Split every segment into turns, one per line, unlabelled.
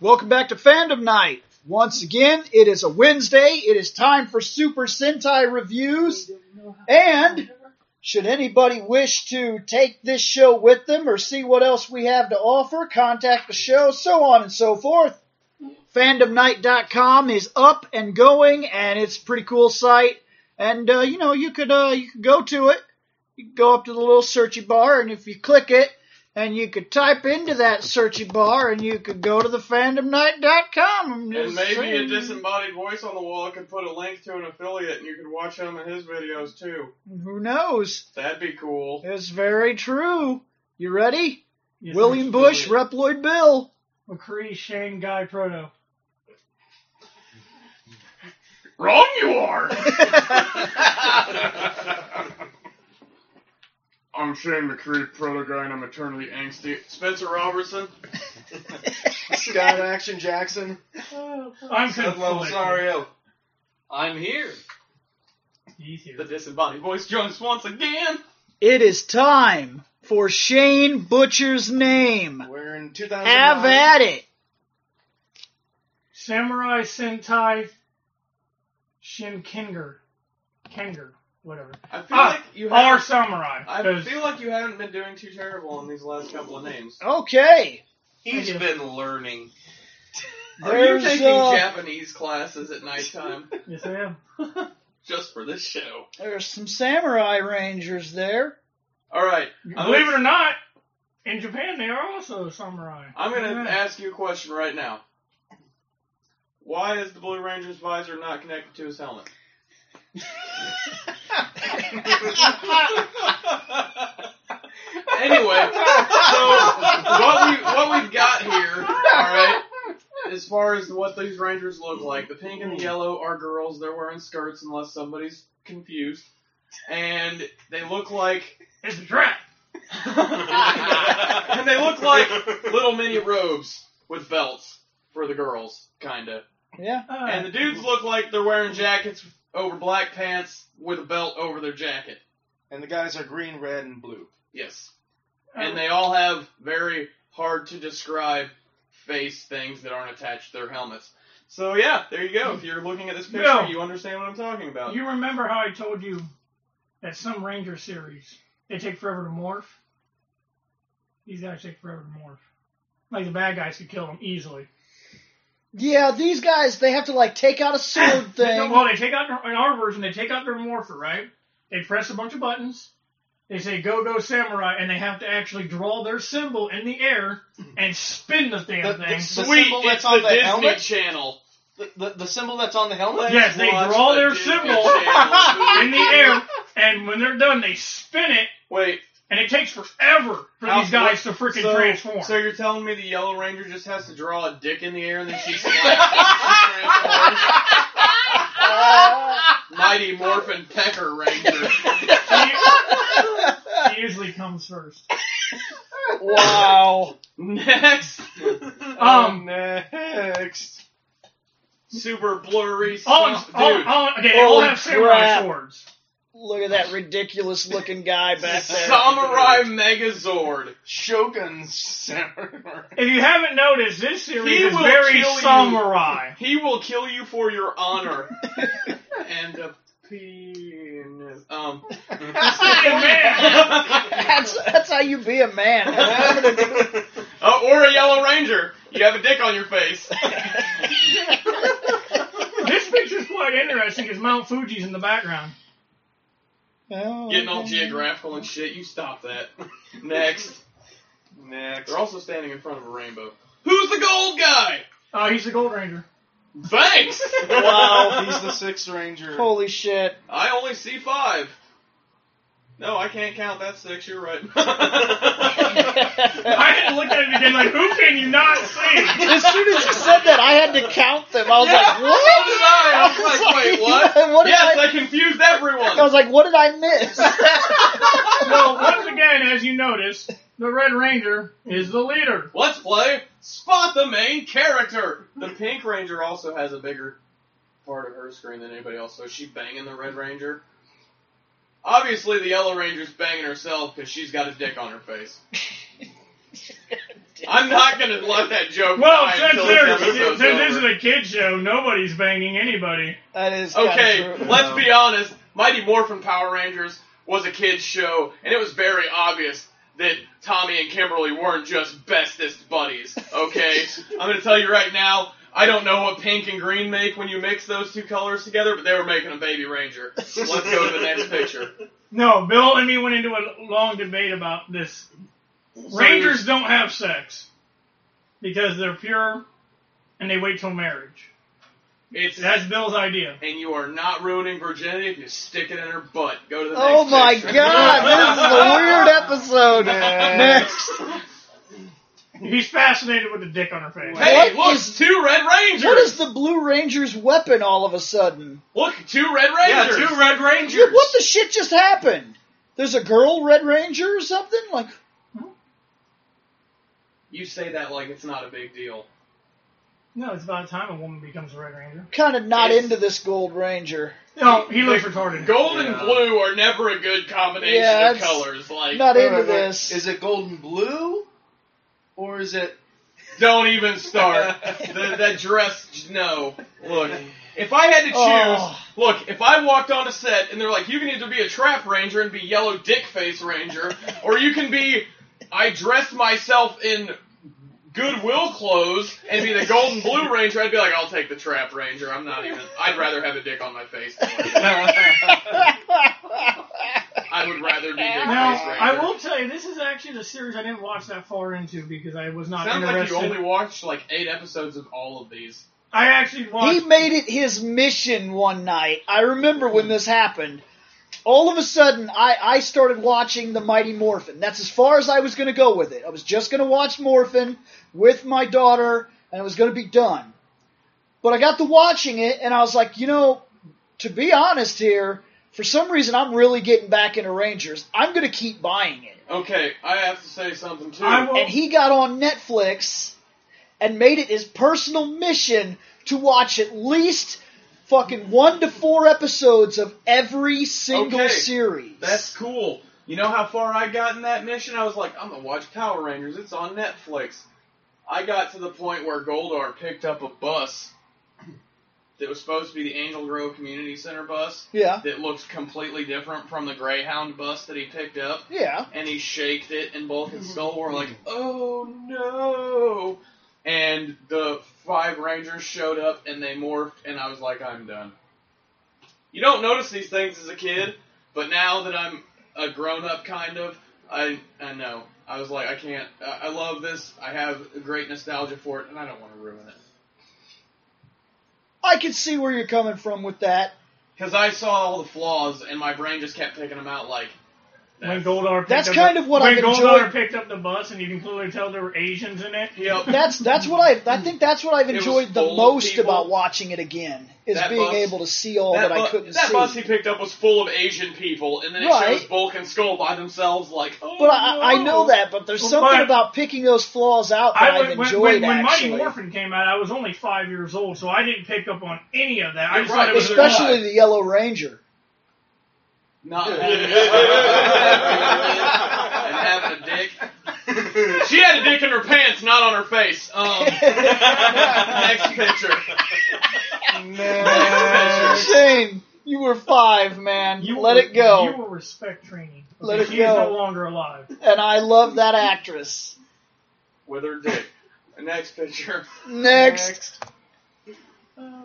Welcome back to Fandom Night. Once again, it is a Wednesday. It is time for Super Sentai reviews. And should anybody wish to take this show with them or see what else we have to offer, contact the show, so on and so forth. FandomNight.com is up and going, and it's a pretty cool site. And uh, you know, you could uh, you could go to it. You could go up to the little searchy bar, and if you click it, and you could type into that searchy bar, and you could go to the FandomNight.com. I'm
And
just
maybe a
saying.
disembodied voice on the wall could put a link to an affiliate and you could watch him and his videos too.
Who knows?
That'd be cool.
It's very true. You ready?
Yes,
William
sir.
Bush, Reploid Bill.
McCree, Shane, Guy, Proto.
Wrong you are! I'm Shane McCree, proto guy, and I'm eternally angsty. Spencer Robertson.
Scott Action Jackson.
I'm conflicted.
Rosario.
I'm here.
He's here.
The disembodied voice.
Voice Jones once again.
It is time for Shane Butcher's name.
We're in
Have
2009.
at it.
Samurai Sentai Shin Kenger. Kenger, whatever.
I feel
Ah,
like you
Or
have.
Samurai.
I
'cause
feel like you haven't been doing too terrible on these last couple of names.
Okay.
He's
Thank you.
been learning. Are
There's,
you taking
uh,
Japanese classes at nighttime
Yes, I am.
just for this show?
There's some samurai rangers there.
All right, I'm
Believe it
gonna,
or not, in Japan they are also samurai.
I'm going
Yeah.
to ask you a question right now. Why is the Blue Ranger's visor not connected to his helmet?
Ah,
anyway,
ah,
so what we what we've got here, all right, as far as what these Rangers look like, the pink and the yellow are girls. They're wearing skirts, unless somebody's confused, and they look like
It's a trap.
and they look like little mini robes with belts for the girls, kinda.
Yeah.
Uh,
And the dudes look like they're wearing jackets over black pants with a belt over their jacket.
And the guys are green, red, and blue.
Yes. And they all have very hard to describe face things that aren't attached to their helmets. So yeah, there you go. If you're looking at this picture,
No.
you understand what I'm talking about.
uh, You remember how I told you that some Ranger series they take forever to morph? These guys take forever to morph. Like the bad guys could kill them easily.
Yeah, these guys, they have to like take out a sword
They don't-
thing.
well, they take out their, in our version, they take out their morpher, right? They press a bunch of buttons. They say "Go Go Samurai," and they have to actually draw their symbol in the air and spin the damn
The- the
thing.
s-
Sweet,
symbol that's
it's
on
the,
the
Disney
helmet?
Channel.
The, the, the symbol that's on the helmet?
Yes, they
Watch
draw
the
their
Disney
symbol
Channel
in the air, and when they're done, they spin it,
Wait,
and it takes forever for
How-
these guys to freaking
so,
transform.
So you're telling me the Yellow Ranger just has to draw a dick in the air and then she slides it and transforms? Mighty Morphin Pecker Ranger.
He- he usually comes first.
wow.
Next,
Um,
Next.
super blurry
all,
stuff, dude.
all, all, okay, they all
Holy
have samurai
crap.
swords.
Look at that ridiculous looking guy back there.
Samurai Megazord.
Shogun Samurai.
If you haven't noticed, this series
He
is
will
very
kill you.
samurai.
He will kill you for your honor. and a penis. Um.
man.
That's, that's how you be a man. Have nothing to do with-
Uh, or a Yellow Ranger. You have a dick on your face.
This picture's quite interesting because Mount Fuji's in the background.
Oh,
Getting all
okay.
geographical and shit. You stop that. Next.
Next.
They're also standing in front of a rainbow. Who's the gold guy?
Oh, he's the Gold Ranger.
Thanks.
Wow.
He's the Sixth Ranger.
Holy shit.
I only see five. No, I can't count. That's six. You're right.
I had to look at it again, like, who can you not see?
As soon as you said that, I had to count them. I was like,
So
what?
did I. I was like, wait, what?
what did
yes,
I,
I confused everyone.
I was like, what did I miss?
So, once again, as you notice, the Red Ranger is the leader.
Let's play Spot the Main Character. The Pink Ranger also has a bigger part of her screen than anybody else, so is she banging the Red Ranger? Obviously, the Yellow Ranger's banging herself because she's got a dick on her face. I'm not gonna let that joke.
Well,
die
since,
until this
there's-
episode's
since this is
over.
a kid show, nobody's banging anybody.
That is
Oh,
kinda
okay,
true.
let's be honest. Mighty Morphin Power Rangers was a kids show, and it was very obvious that Tommy and Kimberly weren't just bestest buddies. Okay, I'm gonna tell you right now. I don't know what pink and green make when you mix those two colors together, but they were making a baby ranger. Let's go to the next picture.
No, Bill and me went into a long debate about this. Rangers don't have sex because they're pure and they wait till marriage.
It's
That's Bill's idea.
and you are not ruining virginity if you stick it in her butt. Go to the next
Oh my
picture.
god, this is a weird episode.
Yeah.
Next.
He's fascinated with the dick on her face.
Hey,
What
look,
is-
two Red Rangers.
What is the Blue Ranger's weapon all of a sudden?
Look, two Red
Yeah,
Rangers.
two Red Rangers.
What the shit just happened? There's a girl Red Ranger or something? Like,
You say that like it's not a big deal.
No, it's about time a woman becomes a Red Ranger.
kind of not
It's-
into this Gold Ranger.
No, he looks retarded.
Gold and
Yeah.
blue are never a good combination
Yeah,
of
it's
colors. Like,
Not
Wait,
into
wait, wait.
this.
Is it golden blue, or is it?
don't even start. the, that dress, no. Look, if I had to choose,
Oh.
look, if I walked on a set and they're like, you can either be a trap ranger and be yellow dick face ranger, or you can be, I dressed myself in goodwill clothes and be the golden blue ranger, I'd be like, I'll take the trap ranger. I'm not even, I'd rather have a dick on my face. than like that. I would rather be dick
Now,
face ranger.
I will tell you, this is actually the series I didn't watch that far into because I was not
Sounds like
interested.
you only watched like eight episodes of all of these.
I actually watched.
He made it his mission one night. I remember when this happened. All of a sudden, I, I started watching The Mighty Morphin. That's as far as I was going to go with it. I was just going to watch Morphin with my daughter, and it was going to be done. But I got to watching it, and I was like, you know, to be honest here, for some reason, I'm really getting back into Rangers. I'm going to keep buying it.
Okay, I have to say something too.
I will.
And he got on Netflix and made it his personal mission to watch at least fucking one to four episodes of every single
Okay,
series.
That's cool. You know how far I got in that mission? I was like, I'm gonna watch Power Rangers. It's on Netflix. I got to the point where Goldar picked up a bus that was supposed to be the Angel Grove Community Center bus
yeah,
that looked completely different from the Greyhound bus that he picked up.
yeah.
and he shaked it, and both his skull were like, "Oh no!" And the five rangers showed up, and they morphed, and I was like, "I'm done." You don't notice these things as a kid, but now that I'm a grown up, kind of, I I know. I was like, I can't. I I love this. I have a great nostalgia for it, and I don't want to ruin it.
I can see where you're coming from with that.
Because I saw all the flaws, and my brain just kept picking them out. Like,
when Goldar picked
That's
up
kind
the,
of what
when
I've
Goldar
enjoyed.
picked up the bus, and you can clearly tell there were Asians in it.
yep,
That's that's what I I think that's what I've
It was
enjoyed the
full of
most
people.
about watching it again is
That
being
bus-
able to see all that, I
bu-
couldn't
that
see.
bus he picked up was full of Asian people, and then it
Right.
shows Bulk and Skull by themselves, like, oh,
but I, I know that, but there's
Well,
something
but-
about picking those flaws out that
I
I have
was, when,
enjoyed
when, when Mighty
actually.
Morphin came out, I was only five years old, so I didn't pick up on any of that. I
You're
just
right,
thought it was
Especially the Yellow Ranger.
Not and
Yeah.
having a dick. She had a dick in her pants, not on her face. Um, next picture.
Next.
Shane, you were five, man.
You
Let
were,
it go.
You were respect training.
Let
Okay,
it
she
go.
is no longer alive.
And I love that actress.
With her dick. Next picture.
Next.
Oh.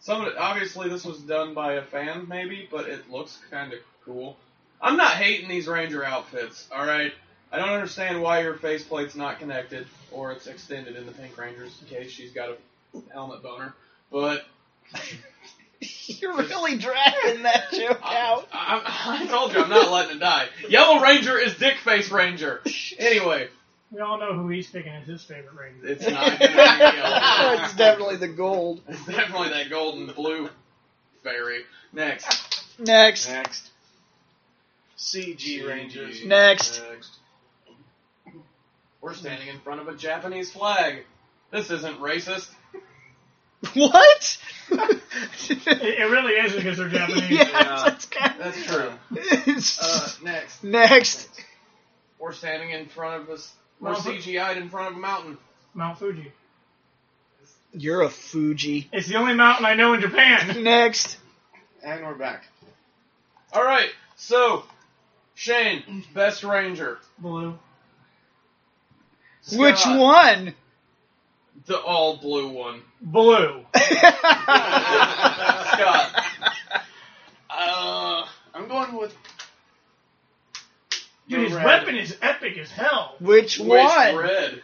Some of it, obviously this was done by a fan, maybe, but it looks kind of cool. I'm not hating these ranger outfits. All right, I don't understand why your faceplate's not connected or it's extended in the Pink Ranger's case. She's got a helmet boner, but
You're really dragging that joke
I,
out.
I, I told you I'm not letting it die. Yellow Ranger is Dick Face Ranger. Anyway,
We all know who he's picking as his favorite ranger.
it's not gonna be yellow.
That's definitely the gold.
It's definitely that golden blue fairy. Next,
Next.
Next. CG Rangers.
Next.
we're standing in front of a Japanese flag. This isn't racist.
What?
It, it really is because they're Japanese.
yes, that's kind
That's true.
of...
Uh, next,
Next.
we're standing in front of a s- We're
Well, but-
CGI'd in front of a mountain.
Mount Fuji.
You're a Fuji.
It's the only mountain I know in Japan.
Next.
And we're back.
All right, so Shane, best ranger.
Blue.
Scott,
Which one?
The all blue one.
Blue.
Scott,
Uh, I'm going with
Dude, his
Red.
weapon is epic as hell.
Which
which
one?
red,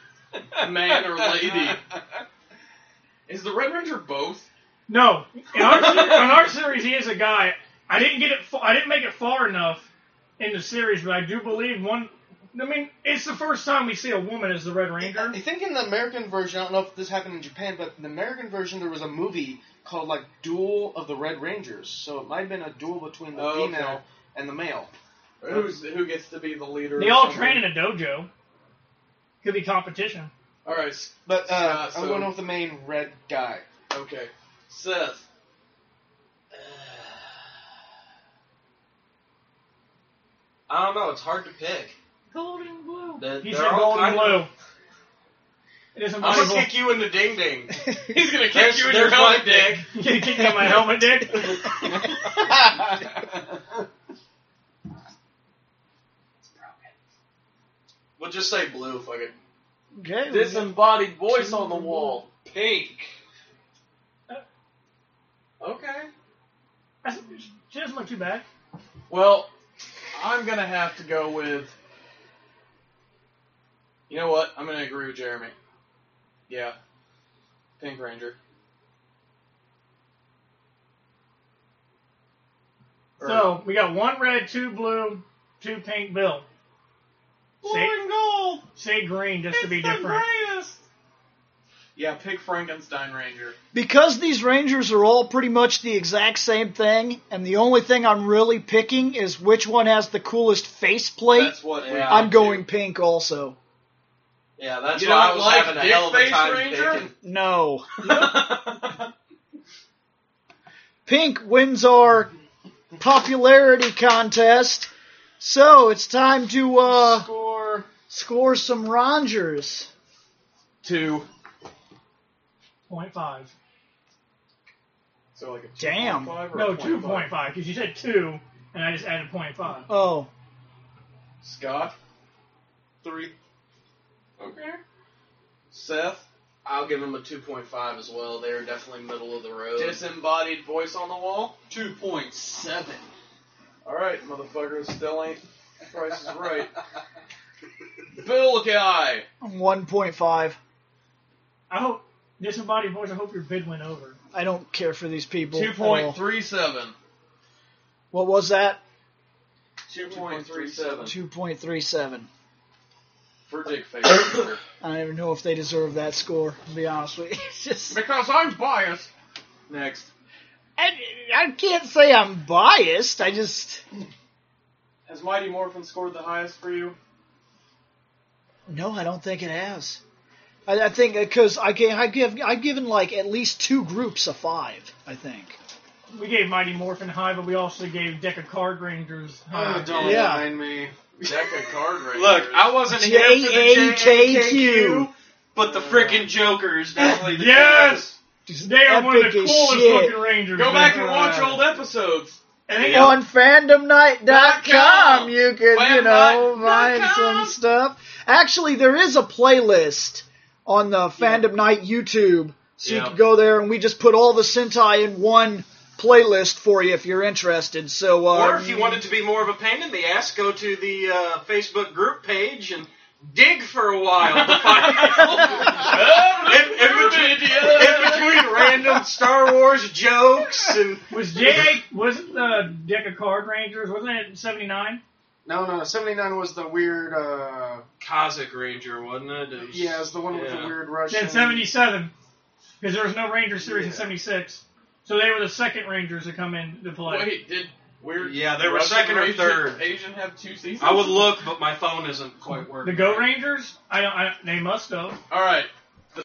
man or lady? Is the Red Ranger both?
No, in our, in our series, he is a guy. I didn't get it. fa- I didn't make it far enough in the series, but I do believe one. I mean, it's the first time we see a woman as the Red Ranger.
I think in the American version, I don't know if this happened in Japan, but in the American version, there was a movie called like Duel of the Red Rangers. So it might have been a duel between the
Oh, okay.
female and the male.
Who's who gets to be the leader?
They
of
all
something?
train in a dojo. Could be competition.
All right, s-
But uh,
Uh,
I'm
so-
going with the main red guy.
okay. Seth,
I don't know. It's hard to pick.
Golden blue.
They're-
He
they're
said
all
golden
kind
blue.
of-
It isn't
I'm gonna
possible.
kick you in the ding ding.
he's gonna kick
There's-
you in your
there's my
helmet, Dick.
pick.
You gonna kick me on my helmet, Dick?
We'll just say blue. Fuck it.
Okay.
Disembodied voice on the wall.
Pink.
Okay.
That's- She doesn't look too bad.
Well, I'm gonna have to go with. You know what? I'm gonna agree with Jeremy. Yeah, Pink Ranger. Or-
So we got one red, two blue, two pink. Bill. Say,
gold.
say green just to be different.
greatest. Yeah, pick Frankenstein Ranger.
because these Rangers are all pretty much the exact same thing, and the only thing I'm really picking is which one has the coolest faceplate,
That's what we
Yeah.
I'm going
do.
pink also.
Yeah, that's
You
why
don't
I was
like
having a
Dick
hell of a
Face
time
Ranger?
thinking.
No. Pink wins our popularity contest. So it's time to uh,
Score
score some Rangers.
two.
Point five.
So like a
Damn.
2.5 or a
No,
0.5?
two point five because you said two, and I just added point five.
Oh,
Scott.
Three.
Okay. Seth.
I'll give him a 2.5 as well. They're definitely middle of the road.
Disembodied voice on the wall.
2.7.
All right, motherfuckers. Still ain't. Price is right. Bill guy.
I'm 1.5.
I hope disembodied voice. I hope your bid went over.
I don't care for these people.
Two
at
point
all.
three seven.
What was that?
Two point three seven
2.37.
for Dick Face Ranger.
I don't even know if they deserve that score, to be honest with you. It's just,
because I'm biased. Next.
I, I can't say I'm biased. I just.
Has Mighty Morphin scored the highest for you?
No, I don't think it has. I, I think because I gave I give I've given like at least two groups a five. I think.
We gave Mighty Morphin high, but we also gave Deck of Card Rangers high.
Oh, don't
Yeah.
mind me.
Deca Card Ranger.
Look, I wasn't here for
J
the
A K Q.
J-A-K-Q, but the frickin' Joker's definitely the
Yes! They are one of
Epic
the
as
coolest
shit.
looking Rangers.
Go back and
ever.
watch old episodes.
And they got
On fandomnight.com, you can, you know,
Fandomnight.com.
find some stuff. Actually, there is a playlist on the Fandom Night YouTube, so you
Yeah.
can go there and we just put all the Sentai in one playlist for you if you're interested. So, uh,
Or if you wanted to be more of a pain in the ass, go to the uh, Facebook group page and dig for a while to find in, in between, in between random Star Wars jokes and
was J A wasn't the Deck of Card Rangers? Wasn't it seventy nine?
No, no, 79 was the weird, uh,
Kazakh Ranger, wasn't it? It was-
yeah, it was the one with the
yeah.
weird
Then
Russian.
seventy seven, because there was no Ranger series in
Yeah.
seventy six. So they were the second Rangers to come in to play.
Wait, did weird?
Yeah, they were
Russian
second or
Asian-
third.
Asian have two seasons.
I would look, but my phone isn't quite
The
working.
Go Rangers? I don't. I, they must have.
All right,